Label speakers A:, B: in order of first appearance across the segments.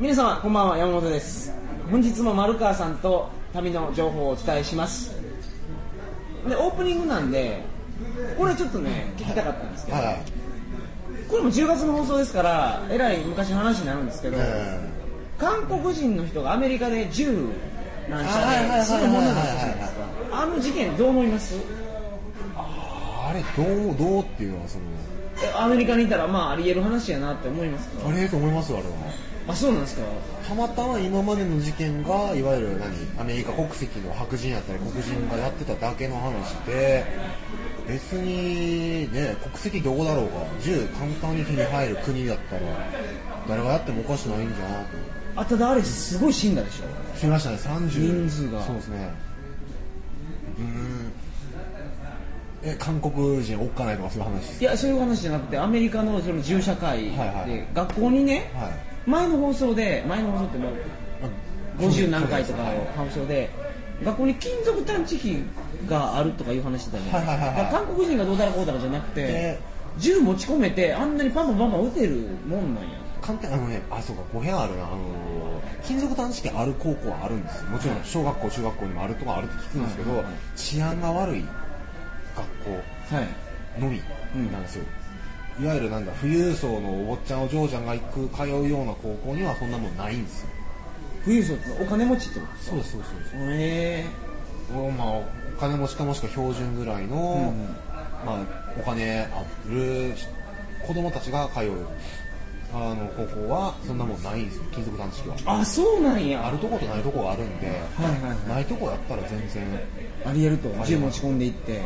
A: 皆様こんばんは山本です本日も丸川さんと旅の情報をお伝えしますでオープニングなんでこれちょっとね聞きたかったんですけど、
B: はい
A: これも10月の放送ですからえらい昔の話になるんですけど、
B: え
A: 韓国人の人がアメリカで銃乱
B: はいはいは
A: 射
B: いはいは
A: で
B: い
A: するものなんじゃないですかあの事件どう思います
B: あれどうどうっていうのはその
A: えアメリカにいたらまあありえる話やなって思いますか
B: あれと思いますよあれは
A: あそうなんですか
B: たまたま今までの事件がいわゆる何アメリカ国籍の白人やったり黒人がやってただけの話で別にね国籍どこだろうが銃簡単に手に入る国だったら誰がやってもおかしないんじゃなと
A: あただあれすごい死んだでしょ
B: 死にましたね30
A: 人数が
B: そうですねうーんえ韓国人おっかないとかそういう話です
A: いやそういう話じゃなくてアメリカのその銃社会で、
B: はいはい
A: 学校にね、
B: はい
A: 前の放送で前の放送ってもう50何回とか
B: はい
A: の放送で学校に金属探知機があるとかいう話してたじゃないですか
B: はいはいはいは
A: だ
B: い
A: から韓国人がどうだらこうだらじゃなくて
B: で
A: 銃持ち込めてあんなにパンパンパンパン撃てるもんなんや
B: 簡単あのねあそうか5部屋あるなあの金属探知機ある高校はあるんですよもちろん小学校中学校にもあるとかあるって聞くんですけど、
A: はいはいはい
B: 治安が悪い学
A: はい
B: 校のみなんですよ、いわゆるなんだ富裕層のお坊ちゃんお嬢ちゃんが行く通うような高校にはそんなもんないんですよ
A: 富裕層ってお金持ちってことですか
B: そうそうそう
A: へ
B: おまあ、お金持ちかもしくは標準ぐらいの、
A: ん
B: まあ、お金ある子供たちが通うあの高校はそんなもんないんですよ金属探知機は
A: ー、あそうなん
B: あ
A: や
B: るとことないとこがあるんで、
A: はいはいは
B: ないとこやったら全然
A: ありえると
B: ありえ
A: 銃
B: る
A: 持ち込んでいって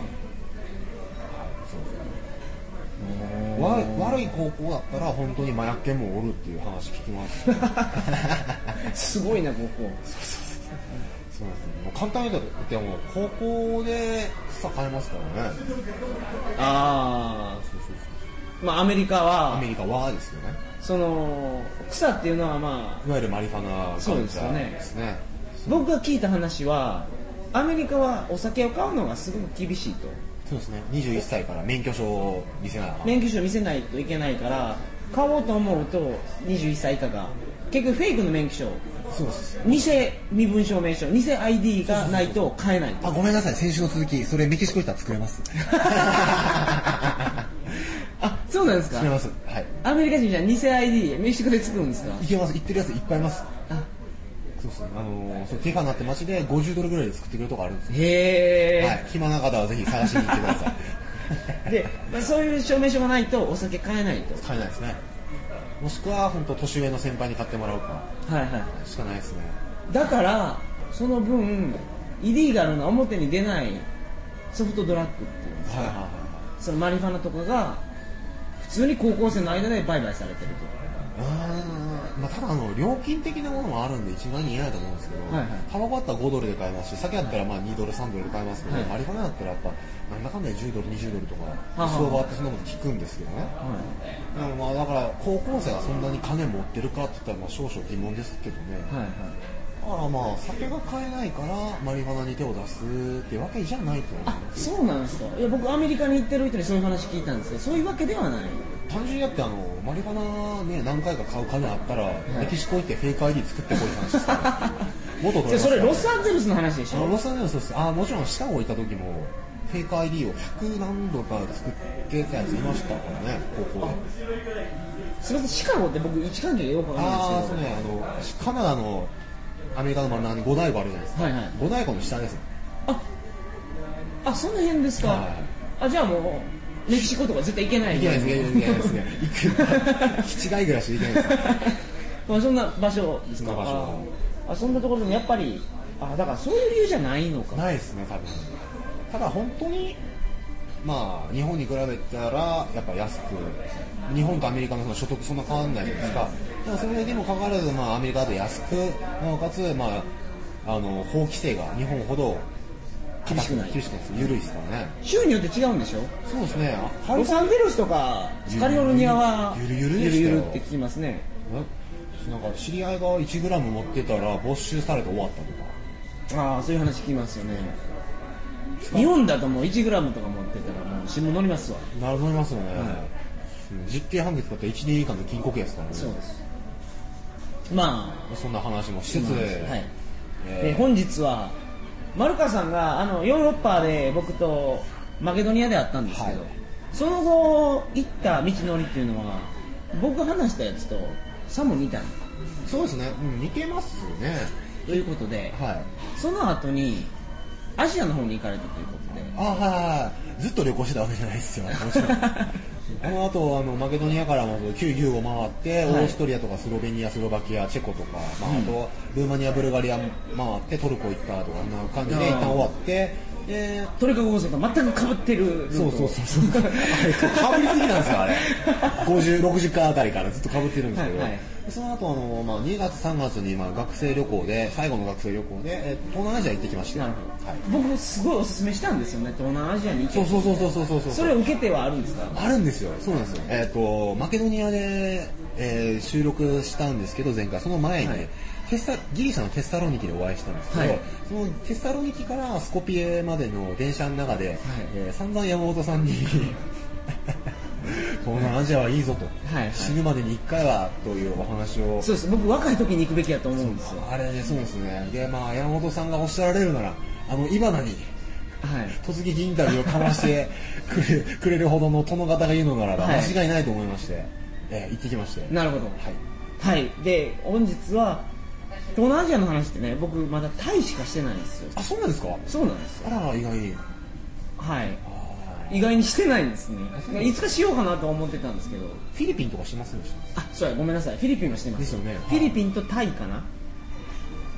B: 悪い悪い高校だったら本当に麻薬犬もおるっていう話聞きますそう
A: すごいなここ
B: ですねもう簡単に言うとでもう高校で草買えますからね
A: ああまあアメリカは
B: アメリカはですよね
A: その草っていうのはまあ
B: いわゆるマリファナカルチ
A: そ
B: ャ
A: うですよ
B: ー
A: ね
B: ですね
A: 僕が聞いた話はアメリカはお酒を買うのがすごく厳しいと
B: そうですね21歳から免許証を見せなあかん
A: 免許証見せないといけないから買おうと思うと21歳以下が結局フェイクの免許証
B: そうです
A: 偽身分証明書偽 ID がないと買えないと
B: あごめんなさい先週の続きそれメキシコ行った ら作れます
A: あそうなんです
B: 作れ
A: か
B: ますはい
A: アメリカ人じゃ偽 ID メキシコで作るんですか
B: いけます行ってるやついっぱいいます
A: あ
B: そうですねあのーそうティファナって街で50ドルぐらいで作ってくれるとこあるんですよ
A: へえ、
B: はい、暇な方はぜひ探しに行ってくだ さい
A: で、まあ、そういう証明書がないとお酒買えないと
B: 買えないですねもしくは本当年上の先輩に買ってもらうか
A: はいはい
B: しかないですね
A: だからその分イリーガルな表に出ないソフトドラッグっていうんです
B: はいはいは
A: そのマリファナとかが普通に高校生の間で売買されてる
B: いはいうーんまあ、ただあの料金的なものもあるんで一概に言えないと思うんですけど、
A: はいはい
B: タバコだったら5ドルで買えますし酒だったらまあ2ドル3ドルで買えますけど、
A: はい
B: マリファナだったらやっぱなんだかんだで10ドル20ドルと
A: は
B: か
A: い
B: 相場ってそんなこと聞くんですけどね
A: と、はい
B: でもまあだから高校生がそんなに金持ってるかって言ったらまあ少々疑問ですけどね、
A: はいはい、
B: だからまあ酒が買えないからマリファナに手を出すってわけじゃないと思い
A: あ
B: ます
A: そうなんですかいや僕アメリカに行ってる人にそういう話聞いたんですけどそういうわけではない
B: 単純にだってあのマリファナね何回か買う金あったら、メキシコ行ってフェイク ID 作ってこいって話ですから 元取
A: じ
B: れ
A: ゃ
B: ます
A: そ
B: から
A: れロサンゼルスの話でし
B: あロ
A: ょ
B: サンゼルスですあもちろんシカゴ行った時もフェイク ID を100何度か作ってたやついましたからね高校です
A: みませんシカゴって僕位置関係がよくわかんない
B: あ
A: ん
B: あ
A: です
B: そ
A: け
B: う
A: ど
B: ねあのカナダのアメリカの真ん中に五大湖あるじゃないですか、
A: はいはい
B: 五大湖の下です
A: ああその辺ですか、
B: はい
A: あじゃあもうメキシコとか絶対行けない
B: いけないですねいけないですね行く 気違いぐらいしていけないです
A: まあそんな場所ですか
B: そんな場所
A: ああそんなところにやっぱりあだからそういう理由じゃないのか
B: ないですね多分ただ本当にまあ日本に比べたらやっぱ安く日本とアメリカのその所得そんな変わんないじゃないですかでもそれでもかかわらず、まあ、アメリカだと安くなおかつ、まあ、あの法規制が日本ほど
A: 厳しくない
B: 厳しくないです緩いですからね
A: 州によって違うんでしょ
B: そうですねあ
A: ロサンゼルスとかカリフォルニアは
B: ゆるゆ
A: ゆ
B: るで
A: る
B: したよ
A: ゆるって聞きますね
B: えなんか知り合いが 1g 持ってたら没収されて終わったとか
A: ああそういう話聞きますよね日本だともう 1g とか持ってたらもう新聞載りますわ
B: なるほどますよね、実刑判決だったら1年以下の禁錮刑ですからね
A: そうですまあ
B: まあそんな話もしつつ、
A: はい
B: え
A: えー本日はマルカさんがあのヨーロッパで僕とマケドニアで会ったんですけど、
B: はい
A: その後行った道のりっていうのは僕が話したやつとさも似た
B: そうですね、うん、似てますね
A: ということで
B: はい
A: その後にアジアの方に行かれたということで
B: あはいはいはいずっと旅行してたわけじゃない ですよもちろんあの後あのマケドニアからも旧ユーゴ回って、
A: はい
B: オーストリアとかスロベニアスロバキアチェコとか、まあ
A: うん
B: あとルーマニアブルガリア回ってトルコ行ったとかそんな感じ
A: あー
B: で一旦終わってで
A: トリカゴ放送と全く被ってるルート
B: そうそうそうそうあれかぶりすぎなんで すよあれ5060回あたりからずっとかぶってるんですけど、
A: はいはい
B: その後あの、まあ、2月3月に、まあ、学生旅行で最後の学生旅行で、えー東南アジア行ってきました
A: なるほど、
B: はい、
A: 僕すごいおすすめしたんですよね東南アジアに行け
B: そうそうそうそうそうそうそう
A: それを受けてはあるんですか
B: あるんですよ、そうなんですよ、えっとマケドニアで、えー収録したんですけど、前回、その前に、
A: はい
B: テッサギリシャのテッサロニキでお会いしたんですけど、
A: はい
B: そのテッサロニキからスコピエまでの電車の中で、えー散々山本さんに 東南アジアはいいぞと、
A: はいはい
B: 死ぬまでに1回はというお話を。
A: そうです僕若い時に行くべきだと思うんですよ
B: あれね、そうですね。で、まあ、山本さんがおっしゃられるなら、あの、イバナに
A: はい
B: 突撃インタビューをか ましてくれくれるほどの殿方がいるのならば
A: はい
B: 間違いないと思いまして、えー行ってきまして
A: なるほど
B: は
A: は
B: い
A: い、で本日は東南アジアの話ってね僕まだタイしかしてないんですよ
B: あそうなんですか
A: そうなんですよ
B: あら意外に
A: はい
B: あ
A: 意外にしてないんです
B: そう
A: ねいつかしようかなと思ってたんですけど
B: ーフィリピンとかしてませんでし
A: あそうやごめんなさいフィリピンはしてます
B: ですよね
A: フィリピンとタイかな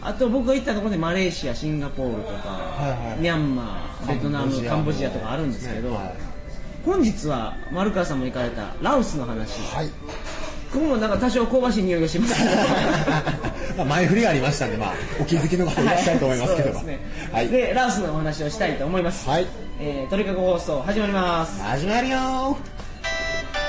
A: あと僕が行ったところでマレーシアシンガポールとか、
B: いはい
A: ミャンマー
B: た
A: ベトナムカンボジアとかあるんですけど、
B: ねはい
A: 本日は丸川さんも行かれたラオスの話
B: はい
A: ここもなんか多少香ばしい匂いがします けど
B: まあ前振りがありましたんで、まあ、お気づきの方いらっしゃると思いますけど
A: は
B: も
A: いそうですね
B: はい、
A: でラオスのお話をしたいと思います、
B: はい、
A: えー、鳥かご放送始まります
B: 始まるよー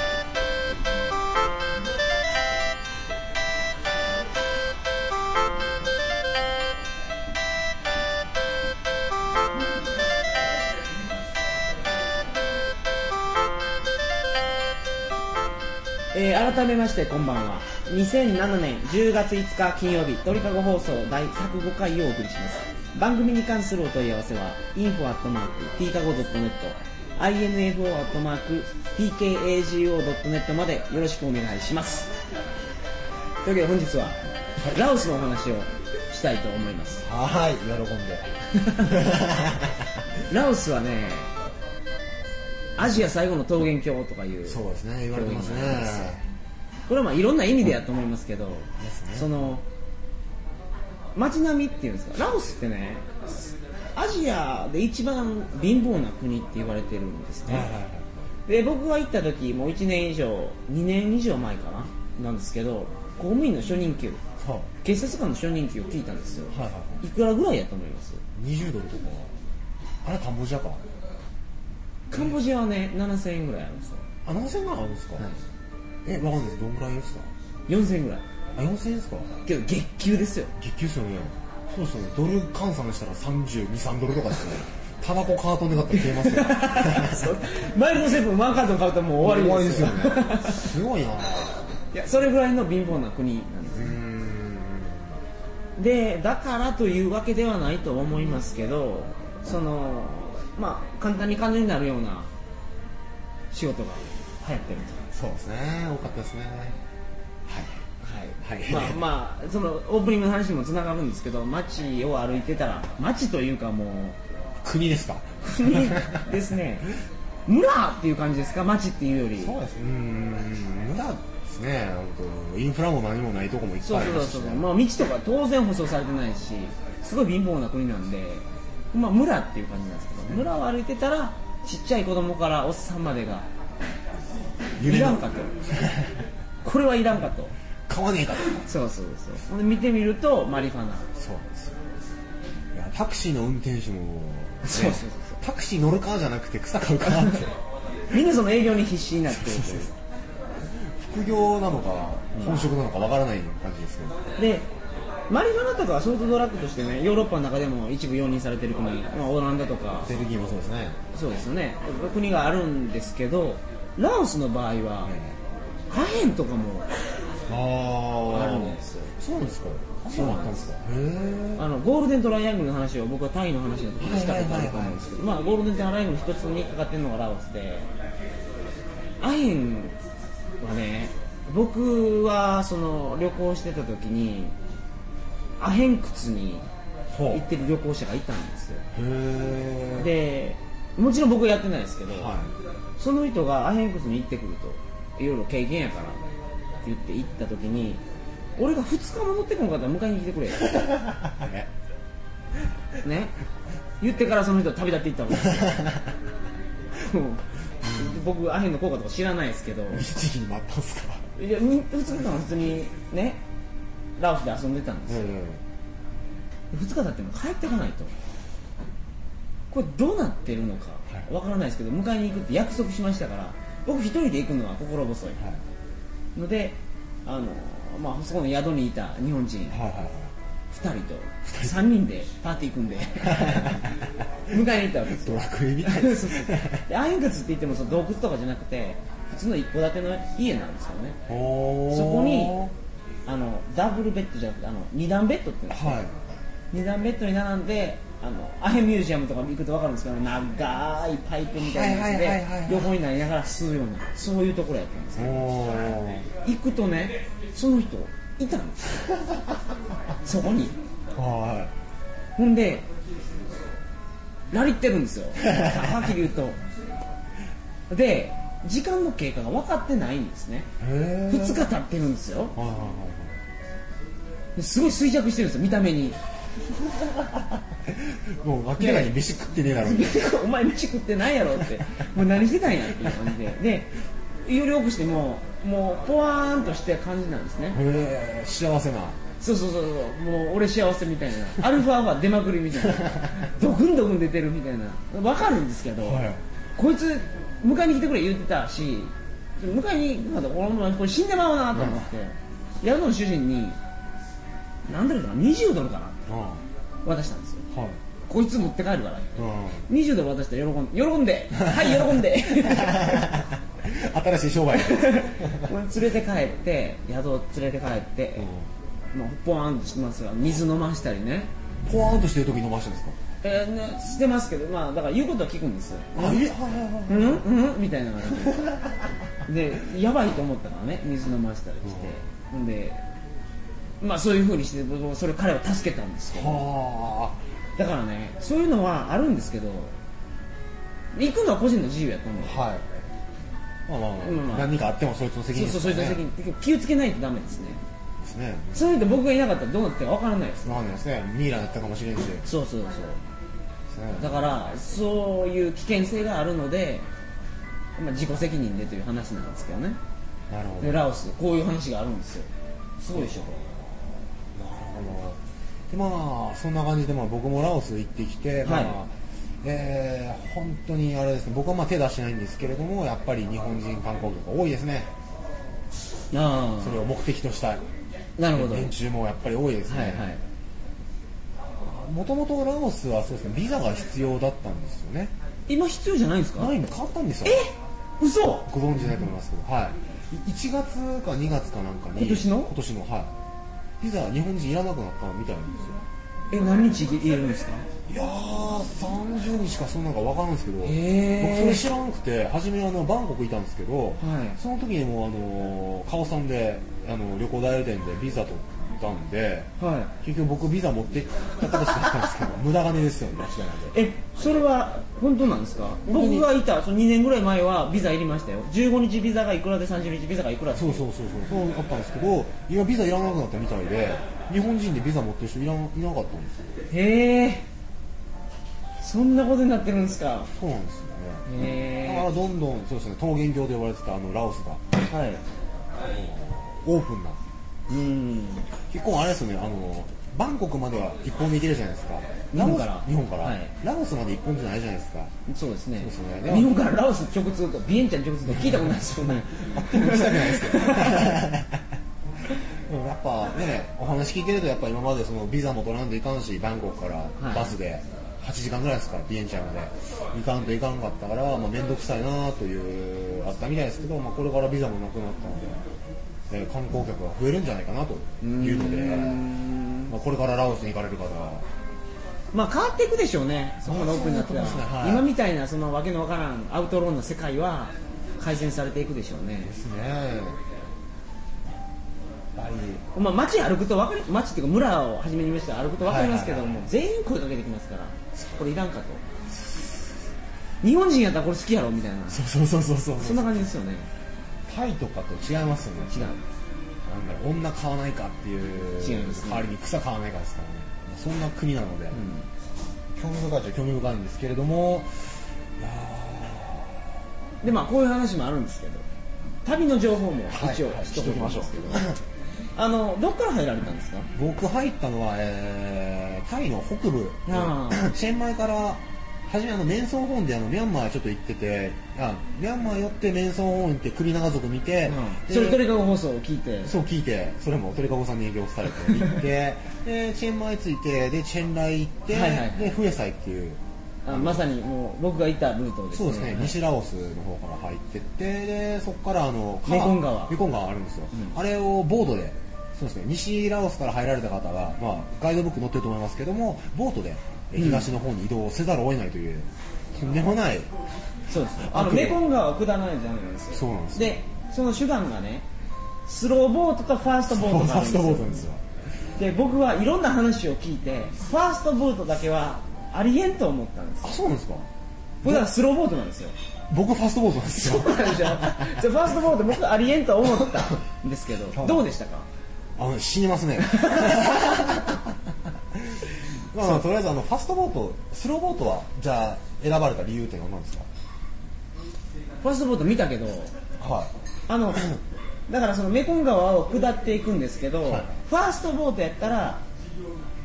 A: えー改めましてこんばんは2007年10月5日金曜日鳥かご放送第105回をお送りします番組に関するお問い合わせは info.tkago.net info.tkago.net までよろしくお願いしますというわけで本日はラオスのお話をしたいと思います
B: はい喜んで
A: ラオスはねアジア最後の桃源郷とかいう
B: そうですね言われてますね
A: これはまあいろんな意味でやと思いますけど、
B: ですね
A: その街並みっていうんですかラオスってねアジアで一番貧乏な国って言われてるんですね、
B: はいはいはい
A: で僕が行った時もう1年以上2年以上前かななんですけど公務員の初任給
B: そう
A: 警察官の初任給を聞いたんですよ、
B: はいはいはい
A: い、くらぐらいやと思います
B: 20ドルとかあれカンボジアか
A: カンボジアはね7000円ぐらいあるんですよ、
B: あ7000万あるんですか、えわかんないですどんぐらいですか
A: 4000円ぐらい
B: あ4000円ですか
A: けど月給ですよ
B: 月給ですよねそうですよねドル換算したら323ドルとかですねタバコカートンで買ったら消えますよ
A: マイルドセブンワンカートン買うともう終わりですよ
B: 終わりですよねすごいなう
A: いやそれぐらいの貧乏な国なんです
B: ーん
A: でだからというわけではないと思いますけどそのまあ簡単に金になるような仕事が流行ってる
B: そうですね多かったですね
A: と、
B: はいはい
A: まあまあそのオープニングの話にもつながるんですけど街を歩いてたら街というかもう
B: 国ですか
A: 国ですね村っていう感じですか街っていうより
B: そうですねうーん無駄ですね本当インフラも何もないとこもいっぱ
A: そ
B: いうあり
A: そ
B: ま
A: う
B: すし、
A: そ
B: ね、
A: うそう、まあ、道とか当然舗装されてないしすごい貧乏な国なんで、まあ、村っていう感じなんですけど村を歩いてたらちっちゃい子供からおっさんまでがい
B: 夢の
A: らんかとこれはいらんかと
B: 買わねえかと
A: そうそうそうほんで見てみるとマリファナ
B: そうなんですよいやタクシーの運転手も、ね、
A: そうそうそうそう
B: タクシー乗るかじゃなくて草買うか って
A: みんなその営業に必死になってるという
B: 副業なのか本職なのかわからない感じですけど、
A: でマリファナとかはソフトドラッグとしてねヨーロッパの中でも一部容認されてる国、まあ、オランダとか
B: ベルギーもそうですね、
A: そうですよね国があるんですけどラオスの場合は
B: え
A: 可変とかも
B: えあ
A: あ
B: あ
A: るんですよ
B: そうですか
A: そうなんですか
B: へえ
A: あのゴールデントライアングルの話を僕はタイの話の時にしたことあると思うんですけど、まあ、ゴールデントライアングル一つにかかってるのがラオスでアヘンはね僕はその旅行してた時にアヘン窟に
B: ほう
A: 行っ
B: へ
A: てる旅行者がいたんですよ
B: え
A: でもちろん僕はやってないですけど、
B: は
A: その人がアヘン窟に行ってくるといろいろ経験やからって言って行った時に俺が2日も乗ってこんかったら迎えに来てくれよ
B: いえ
A: ね、言ってからその人は旅立っていったわけですよもう僕アヘンの効果とか知らないですけど
B: 一時に待ったんす か
A: いや2日間普通にねラオスで遊んでたんですよ、
B: ん
A: 2日経っても帰ってこないとこれどうなってるのか
B: はい
A: わからないですけど迎えに行くって約束しましたから僕一人で行くのは心細い
B: はい
A: のであの、まあ、そこの宿にいた日本人
B: はいはいはい
A: 2人と3人でパーティー 組んで迎えに行ったわけですよ
B: ドラクエみたい
A: そ
B: で
A: う
B: す
A: そうそうでアインクツって言ってもその洞窟とかじゃなくて普通の一戸建ての家なんですよね
B: おー
A: そこにあのダブルベッドじゃなくてあの二段ベッドっていうんですか
B: はい
A: 二段ベッドに並んであのアヘンミュージアムとか行くと分かるんですけど長いパイプみたいな
B: はいはいはい
A: や
B: は
A: つ
B: い
A: で横になりながら吸うようなそういうところやったんです
B: おー
A: 行くとねその人いたんです よそこに
B: は
A: ほんでラリってるんですよはっきり言うとで時間の経過が分かってないんですね
B: いへえ
A: 2日経ってるんですよ
B: はいはいはい
A: すごい衰弱してるんですよ見た目に
B: はい もう明らかに飯食ってねえだろみたい
A: お前飯食ってないやろ ってもう何してたんやっていう感じででより多くしてももうポワーンとした感じなんですね
B: なへえ幸せな
A: そうそうそうそうもう俺幸せみたいなアルファは出まくりみたい なドクンドクン出てるみたいな分かるんですけど、
B: はい
A: こいつ迎えに来てくれ言ってたし迎えに行くまで俺もこれ死んでまうなと思って、やるの主人に何ドルかな20ドルかな
B: うんは
A: 渡したんですよ
B: い
A: こいつ持って帰るから
B: うん
A: 20ドル渡したら喜ん喜ん ではい喜んで
B: 新しい 商売で、
A: 連れて帰って宿を連れて帰って、まあ、ポワーンとしてますが水飲ましたりね
B: ポワーンとしてる時に飲ましてるんですか
A: えーね、してますけど、まあ、だから言うことは聞くんですよ。
B: あえはいはいはい
A: うんうんみたいな感 じで。で、やばいと思ったからね、水飲ませたりして。ほんで、まあそういうふうにして、僕もそれ彼を助けたんですよ。
B: は
A: だからね、そういうのはあるんですけど、行くのは個人の自由やと思う
B: あ。はいまあまあまあ、
A: うんまあ
B: 何かあってもそいつの責
A: そう
B: 任
A: そう、
B: です
A: そうい
B: から
A: う責
B: ね
A: 任。気をつけないとダメですね。
B: ですね
A: そういうの僕がいなかったらどうなってるか分からないです。
B: わかんないですねミイラだったかもしれんしで
A: そうそうそう。
B: すね
A: だからそういう危険性があるので、まあ、自己責任でという話なんですけどね
B: なるほど
A: でラオスこういう話があるんですよすごいでしょこ
B: なるほどでまあそんな感じで、まあ、僕もラオス行ってきて、まあ
A: はい
B: えー本当にあれですね僕はまあ手出してないんですけれどもやっぱり日本人観光客が多いですね
A: れあ
B: それを目的とした
A: あなるほどはい
B: 連中もやっぱり多いです
A: は
B: ね
A: い
B: もともとラオスはそうですねビザが必要だったんですよね
A: 今必要じゃないんですか
B: ないの変わったんですよ
A: え嘘
B: ご存知ないと思いますけど、はい、1月か2月かなんかに
A: 今年の
B: 今年のはいビザ日本人いらなくなったみたいなんですよ
A: え何日言えるんですか
B: いやー30日かそんなんか分かるんですけど、
A: へー
B: 僕それ知らなくて初めあのバンコクいたんですけど、
A: い
B: その時にもうあのカオさんであの旅行代理店でビザ取ったんで
A: は
B: 結局僕ビザ持ってった形だったんですけど 無駄金ですよね間違いなく
A: いえそれは本当なんですか
B: 当
A: 僕
B: に
A: がいたその2年ぐらい前はビザいりましたよ15日ビザがいくらで30日ビザがいくら
B: そうそうそうそうそうあったんですけど今ビザいらなくなったみたいで日本人でビザ持ってる人いらんいなかったんですよ
A: へえそんなことになってるんですか
B: そうなんですよね
A: へ
B: だ
A: え
B: からどんどんそうですね桃源郷で呼ばれてたあのラオスが
A: はい。
B: オープンな
A: うん。
B: 結構あれですよねあのバンコクまでは一本で行けるじゃないですか
A: 日本から
B: 日本から、
A: はい
B: ラオスまで一本じゃないじゃない ですか
A: そうですね。
B: そうですね
A: 日本からラオス直通とビエンチャン直通と聞いたことないですよね。
B: 行きたくないですけどでもやっぱねお話聞いてるとやっぱ今までそのビザも取らんといかんしバンコクから
A: い
B: バスで8時間ぐらいですからビエンチャンまで行かんといかんかったからまあ面倒、くさいなというあったみたいですけど、まあ、これからビザもなくなったのでえー観光客が増えるんじゃないかなという の
A: うー
B: で、
A: ん
B: まあ、これからラオスに行かれる方は
A: まあ変わっていくでしょうね、そこまでオープンになってたら、
B: そうですねはい
A: 今みたいなそのわけのわからんアウトローの世界は改善されていくでしょうね
B: で、すねやっぱり
A: まあ、街歩くとわかり、街っていうか、村を初めに見ましたら歩くと分かりますけども、
B: はいはいは
A: 全員声かけてきますから、これいらんかと、日本人やったらこれ好きやろみたいな、
B: そうそうそうそうそう
A: そんな感じですよね、
B: タイとかと違いますよね
A: 違う、
B: なんだろう女買わないかっていう
A: 違いますね
B: 代わりに草買わないかですからねそんな国なので、
A: うん
B: 興味深いっちゃ興味深いんですけれども
A: でまあこういう話もあるんですけど旅の情報も一応
B: はいはい
A: しときますけど、
B: しときましょ
A: あのどっから入られたんですか
B: 僕入ったのは、えータイの北部
A: あー
B: チェンマイから初めあのメンソンホーンであのミャンマーちょっと行っててあミャンマー寄ってメンソンホーン行ってクリナガ族見て、で
A: それトリカゴ放送を聞いて
B: そう聞いて、それも鳥かごさんに営業されて 行って、で、チェンマイ着いて、で、チェンライ行って、
A: はいはい
B: で、フエサイっていう、
A: あまさにもう僕がいたルートです
B: そう
A: ね
B: ですね、西ラオスの方から入ってって、で、そこからあの、
A: メコン川
B: メコン川あるんですよ。
A: うん
B: あれをボートで、そうですね、西ラオスから入られた方は、まあ、ガイドブック載ってると思いますけども、ボートでえ
A: うん
B: 東の方に移動せざるを得ないという、とんでもない、
A: そうですあの
B: 悪夢
A: メコン川を下らないとダメなんですよ
B: そうなんですよ
A: でその手段がねスローボートとファーストボート
B: フ
A: があ
B: ァー
A: るん
B: ス
A: です
B: トボー
A: よ
B: トなんですよ。
A: で僕はいろんな話を聞いてファーストボートだけはありえんと思ったんです
B: あ、
A: よ
B: そうなんですか
A: 僕はスローボートなん ですよ
B: 僕ファーストボートなんですよ。
A: そうなんですよじゃあファーストボート僕はありえんと思ったんですけど
B: はい
A: どうでしたか
B: あの死にます ねまあまあとりあえずあのファストボートスローボートはじゃあ選ばれた理由っていうのは何ですか
A: ファーストボート見たけど
B: は
A: あのだからそのメコン川を下っていくんですけど、
B: はい
A: ファーストボートやったら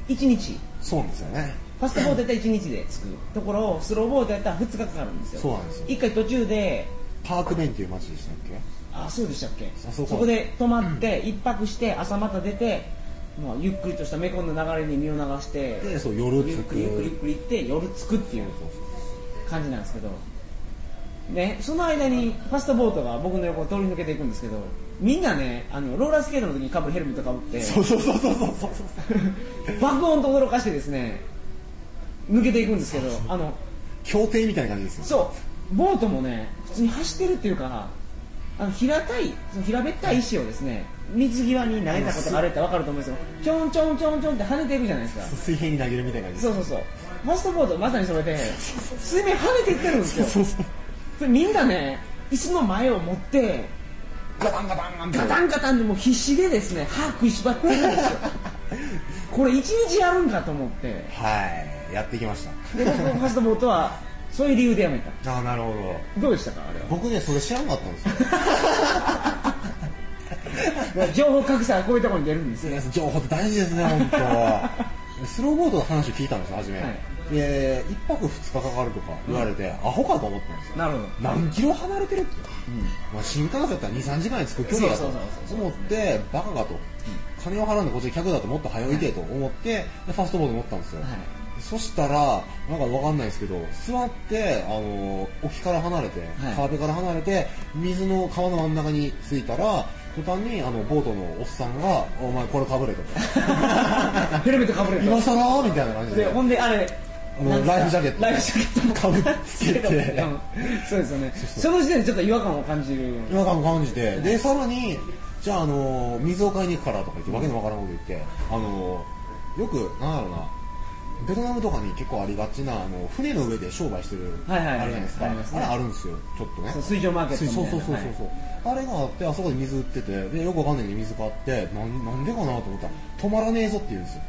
A: 1日
B: いそうなんですよね
A: ファーストボートやったら1日で着くところをスローボートやったら2日かかるんですよ
B: そうなんですよ
A: 1回途中で
B: パークベンっていう街でしたっけ
A: あそうでしたっけ
B: あそうか
A: こで泊まって1泊して朝また出て、まあ、ゆっくりとしたメコンの流れに身を流して
B: でそう夜
A: ゆっ
B: 着
A: くりゆっくりゆっ
B: く
A: くり行って夜着くっていう感じなんですけど、ね、その間にファストボートが僕の横を通り抜けていくんですけどみんなねあのローラースケートの時にかぶるヘルメットかぶって
B: そうそうそうそうそうそう
A: 爆音と驚かしてですね抜けていくんですけどあの
B: 協定みたいな感じですよ
A: そうボートもね普通に走ってるっていうかあの平たいその平べったい石をですね水際に投げたことがあるって分かると思うんですよちょんちょんちょんちょんって跳ねていくじゃないですか
B: 水平に投げるみたいな感じ
A: そうそうそうファストボードまさにそれで水面跳ねていってるんですよ
B: そうそう
A: それみんなね椅子の前を持って
B: ガタンガタンガンって
A: ガタンガタンでもう必死でですね歯食いしばってるんですよこれ一日やるんかと思って
B: はいやってきまし
A: で僕のファストボートはそういう理由でやめた
B: たああなるほど
A: どうでしたかあれは
B: 僕ねそれ知らなかったんですよ
A: 情報格差はこういうところに出るんですよ、
B: SNS 情報って大事ですね、本当。スローボードの話を聞いたんですよ、初め。
A: は
B: で、1泊2日かかるとか言われて、アホかと思ったんですよ。
A: なるほど
B: 何キロ離れてるって、まあ、新幹線だったら2、3時間に着く距離だ
A: そうそ
B: と
A: うそうそう
B: 思って、バカかと、金を払うんでこっちで客だともっと早いてと思って、でファストボード乗ったんですよ。
A: はい
B: そしたら、なんかわかんないですけど、座って、あの、沖から離れて、
A: はい
B: 川辺から離れて、水の川の真ん中に着いたら、途端に、あの、ボートのおっさんが、お前これかぶ れと。
A: ヘルメットかぶれ
B: 今
A: と
B: 更みたいな感じ
A: で
B: で。
A: ほんであれ
B: あの
A: なんですか
B: ライフジャケット
A: ライフジャケット
B: かぶっつけて
A: うんそうですよねその時点でちょっと違和感を感じる
B: 違和感を感じて、で、さらに、じゃあ、あの、水を買いに行くからとか言って、わけのわからんこと言って、あの、よく、なんだろうな、ベトナムとかに結構ありがちな、あの、船の上で商売してる、
A: はいはいはい
B: あるじゃないですか。
A: ありますね
B: あれあるんですよ、ちょっとね
A: そう。水上マーケットみたいな
B: そうそうそうそうそう、あれがあってあそこで水売っててでよくわかんないけど水買ってなんなんでかなと思ったら止まらねえぞって言うんですよ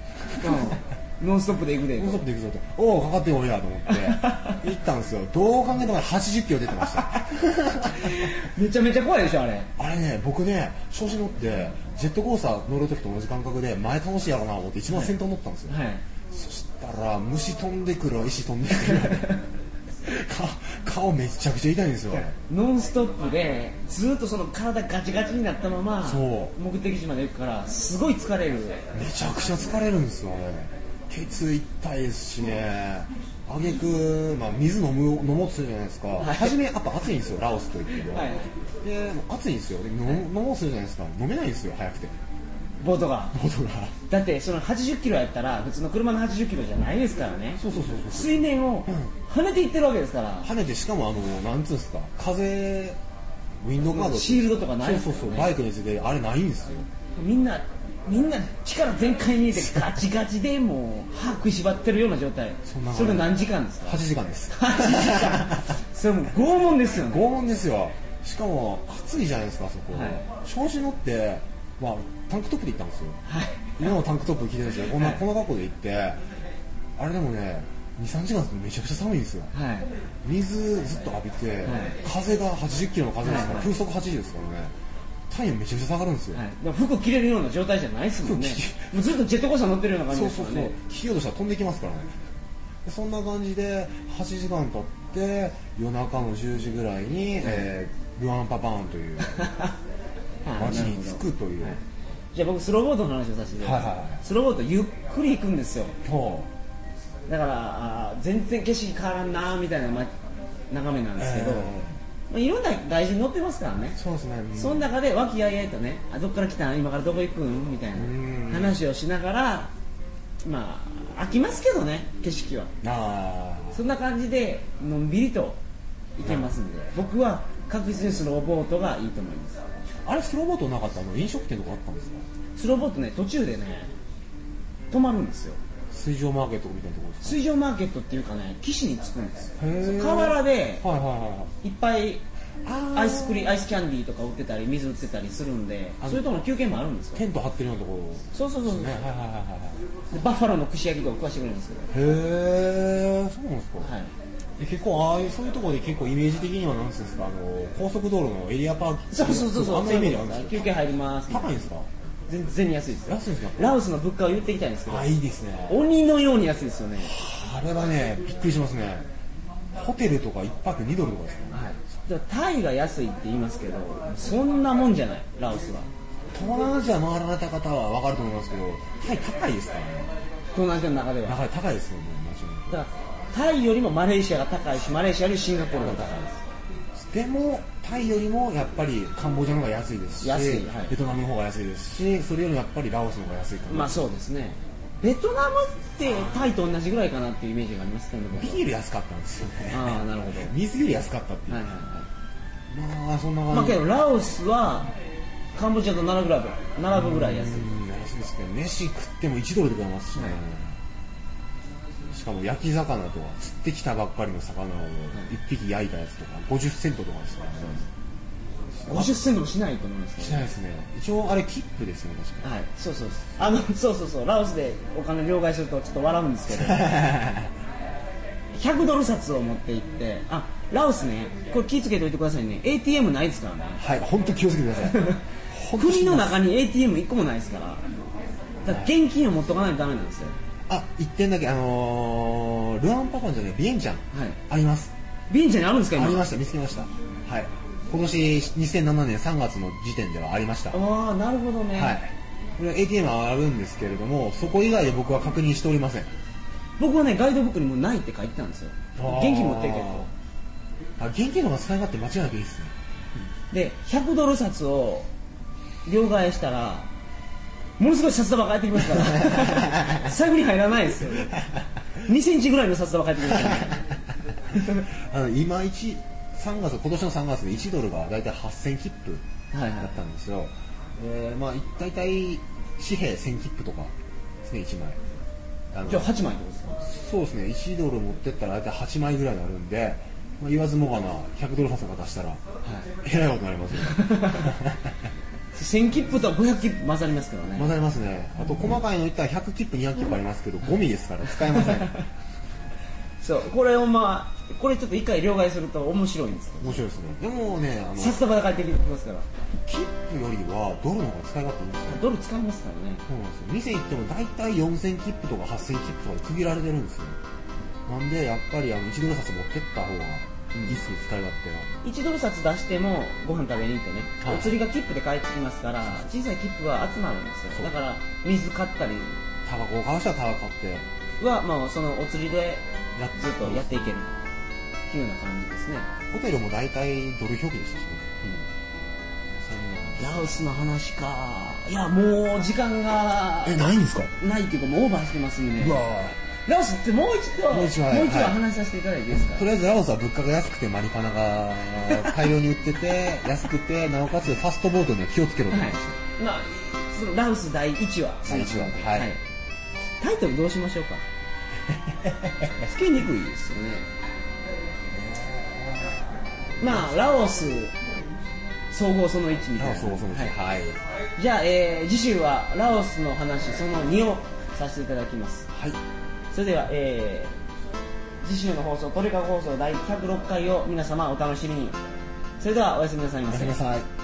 A: うんノンストップで行くで
B: 「嘘って行くぞ」って「おおかかってこいや」と思って 行ったんですよどう考えても80キロ出てました
A: めちゃめちゃ怖いでしょあれ
B: あれね僕ね調子乗ってジェットコースター乗る時と同じ感覚で前倒しやろうなと思って一番先頭乗ったんですよ、
A: はい
B: そしたら虫飛んでくるわ石飛んでく るわか顔めちゃくちゃ痛いんですよあれ
A: ノンストップでずっとその体ガチガチになったまま
B: そう
A: 目的地まで行くからすごい疲れる
B: めちゃくちゃ疲れるんですよあれケツ痛いですしね、あげく、まあ、水飲む飲もうとするじゃないですか、
A: い
B: 初めやっぱ暑いんですよ、ラオスといっても、
A: はい
B: で暑いんですよで飲む飲もうとするじゃないですか、飲めないんですよ、早くて、
A: ボートが
B: 音が。
A: だってその80キロやったら普通の車の80キロじゃないですからね
B: そうそうそうそう
A: 水面を跳ねていってるわけですから、
B: 跳ねてしかもあのなんつうんですか風ウィンドガードって
A: シールドとかないです
B: そ
A: よ
B: う
A: ね
B: そうそうバイクについてあれないんですよ
A: みんなみんな力全開に入れてガチガチでもう歯食いしばってるような状態
B: そんなの
A: れが何時間ですか
B: 8時間です
A: 8時間それもう拷問ですよね
B: 拷問ですよしかも暑いじゃないですかあそこ、
A: はい
B: 調子乗って、まあ、タンクトップで行ったんですよ
A: はい
B: 今のタンクトップ着てるんですよこんな、
A: はい
B: この格好で行ってあれでもね23時間するとめちゃくちゃ寒いんですよ
A: はい
B: 水ずっと浴びて、風が80キロの風ですから、
A: はいはい
B: 風速80ですからね体温めちゃくちゃ下がるんですよ、
A: はい、だから服着れるような状態じゃないですもんね
B: 服着
A: もうずっとジェットコースター乗ってるような感じ
B: そう
A: です
B: そう
A: か
B: そ
A: ら
B: う、
A: ね
B: 聞きようとしたら飛んできますからねでそんな感じで8時間経って夜中の10時ぐらいに、えールアンパパーンと いう
A: はい
B: 街
A: な
B: に
A: るほど
B: 着くという、
A: はいじゃあ僕スローボードの話をさせていただきます、
B: はいはいはい
A: スローボードゆっくり行くんですよ
B: は
A: だからあー全然景色変わらんなーみたいな、ま、眺めなんですけど、
B: ええ
A: まあ、いろんな大事に乗ってますからね
B: あそうですね
A: その中で和気あいあいとねあどっから来たん今からどこ行くんみたい
B: うん
A: な話をしながらまあ飽きますけどね景色は
B: あ
A: そんな感じでのんびりと行けますんで、僕は確実にスローボートがいいと思います
B: ああれスローボートなかったの飲食店とかあったんですか
A: スローボートね途中でね止まるんですよ
B: 水上マーケットみたいなところです
A: 水上マーケットっていうかね岸に着くんですよ
B: へー
A: 河原で
B: かはいはいはいはい
A: いっぱい
B: あー
A: アイスクリアイスキャンディーとか売ってたり水売ってたりするんで
B: あの
A: そういうとこの休憩もあるんですよ
B: テント張ってるようなとこ
A: そうそうそうそう、
B: ろねはいはいはいはい
A: でバッファローの串焼きとか食わしてくれるんですけど
B: へえそうなんですか、
A: はい、
B: で結構ああいうそういうところで結構イメージ的にはなんていうんですかあの高速道路のエリアパーキング
A: そうそうそうそう
B: あんなイメージあるんです
A: 休
B: よ
A: 憩入ります
B: 高いんですか
A: 全然安いですよ
B: 安いんですか
A: ラオスの物価を言っていきたいんですけど
B: あいいですね
A: 鬼のように安いですよね
B: あれはねびっくりしますねホテルとか一泊2ドルとかですね
A: はいだからタイが安いって言いますけどそんなもんじゃないラオスは
B: 東南アジア回られた方は分かると思いますけどタイ高いですからね
A: 東南アジアの中では
B: だ
A: だ
B: から高いですよね
A: か
B: 間
A: らタイよりもマレーシアが高いしマレーシアよりシンガポールが高いです
B: 違いでもタイよりもやっぱりカンボジアの方が安いですし
A: 安いはい
B: ベトナムの方が安いですしそれよりやっぱりラオスの方が安いかな、
A: まあそうですねベトナムってタイと同じぐらいかなっていうイメージがありますけど僕
B: ビール安かったんですよね
A: ああなるほど
B: 水より安かったっていう、
A: はいはいはい
B: まあそんな感じ
A: まあけどラオスはカンボジアと並ぶぐらい並ぶぐらい安い
B: うん安いですけど飯食っても1ドルで買えますしね、しかも焼き魚とか釣ってきたばっかりの魚を1匹焼いたやつとか50セントとかですからね、
A: 50セントもしないと思うんですけ
B: しないですね一応あれ切符ですね確か
A: どはいそうそうそうあのそうそうそうラオスでお金両替するとちょっと笑うんですけど100ドル札を持って行ってあラオスねこれ気ぃつけておいてくださいね ATM ないですからね
B: はい本当気をつけてください 本当に
A: 国の中に ATM1 個もないですからだから現金を持っとかないとダメなんですよ
B: あ一点だけあのー、ルアンパパンじゃないビエンちゃん、
A: はい
B: あります
A: ビンチャにあるんですか
B: あり
A: 今
B: ました見つけましたはい今年2007年3月の時点ではありました
A: ああなるほどね、
B: はい、これ ATM はあるんですけれども、そこ以外で僕は確認しておりません。
A: 僕はねガイドブックにもないって書いてたんですよ現金持っていけと
B: あーあ、現金の方が使い勝手間違いなくいいですね。
A: で100ドル札を両替したらものすごい札束返ってきますから 財布に入らないですよ2センチぐらいの札束返ってきますから、
B: あの今一3月今年の3月で1ドルが大体8000切符
A: はいはい
B: だったんですよ。えーまあい大体紙幣1000切符とかですね1枚。あの
A: じゃあ8枚ってことですか
B: そうですね1ドル持ってったら大体8枚ぐらいになるんで、まあ、言わずもがな100ドル札が出したら、えらいことにな りますよ。
A: 1000切符と500切符混ざりますからね、
B: 混ざりますねあと細かいの言ったら100切符200切符ありますけどゴミですから使えません面
A: そうこれをまあこれちょっと一回両替すると面白いんですよ
B: 白いですねでもねあの
A: 札束で返ってきますから
B: 切符よりはドルの方が使い勝手いいんですよ
A: ドル使いますからね
B: そうなんですよ店行っても大体4000切符とか8000切符とかで区切られてるんですよなんでやっぱりあの1ドル札持ってった方がいいっすね使い
A: 1
B: 勝手は
A: ドル札出してもご飯食べに行ってね、
B: はい
A: お釣りが切符で返ってきますから小さい切符は集まるんですよ
B: そう
A: だから水買ったり
B: タバコを買う人はタバコ買って
A: は、まあ、そのお釣りで
B: やっ
A: ずっとやっていけるっていうような感じですね、
B: ホテルも大体ドル表記でしたしねそんな
A: ラオスの話かいやもう時間が
B: えないんですか
A: ないっていうかもうオーバーしてますんで
B: うわ
A: ラオスってもう一度
B: もう一度はい
A: もう一度
B: はい
A: 話させていただいていいですか、
B: とりあえずラオスは物価が安くてマリファナが大量に売って て安くてなおかつファストボートには気をつけろって
A: は
B: 言
A: い
B: いまし
A: まあ、そのラオス第1話
B: 第一話はい
A: タイトルどうしま しょうかつけにくいですよねまあラオス総合その1み
B: た、
A: たい
B: ラオ
A: な
B: スを恐ろしい
A: はい
B: はい、はい
A: じゃあ、えー次週はラオスの話その2をさせていただきますそれでは、えー次週の放送トリカゴ放送第106回を皆様お楽しみにそれではおやすみなさい
B: お
A: ま
B: やす
A: せ
B: みなさい